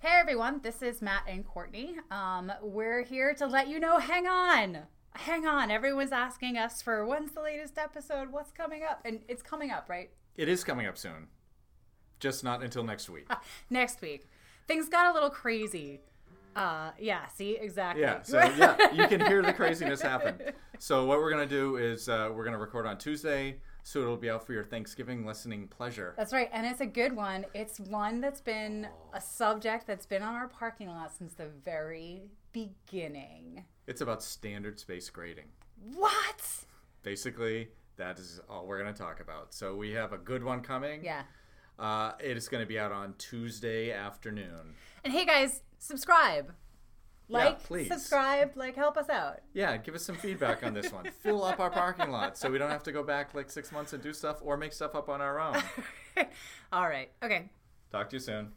Hey everyone, this is Matt and Courtney. Um, we're here to let you know hang on. Hang on. Everyone's asking us for when's the latest episode? What's coming up? And it's coming up, right? It is coming up soon. Just not until next week. Next week. Things got a little crazy. Uh, yeah, see, exactly. Yeah, so yeah, you can hear the craziness happen. So what we're gonna do is uh, we're gonna record on Tuesday, so it'll be out for your Thanksgiving listening pleasure. That's right, and it's a good one. It's one that's been a subject that's been on our parking lot since the very beginning. It's about standard space grading. What? Basically, that is all we're gonna talk about. So we have a good one coming. Yeah. Uh, it is gonna be out on Tuesday afternoon. And hey guys, subscribe. Like, please. subscribe, like, help us out. Yeah, give us some feedback on this one. Fill up our parking lot so we don't have to go back like six months and do stuff or make stuff up on our own. All right. Okay. Talk to you soon.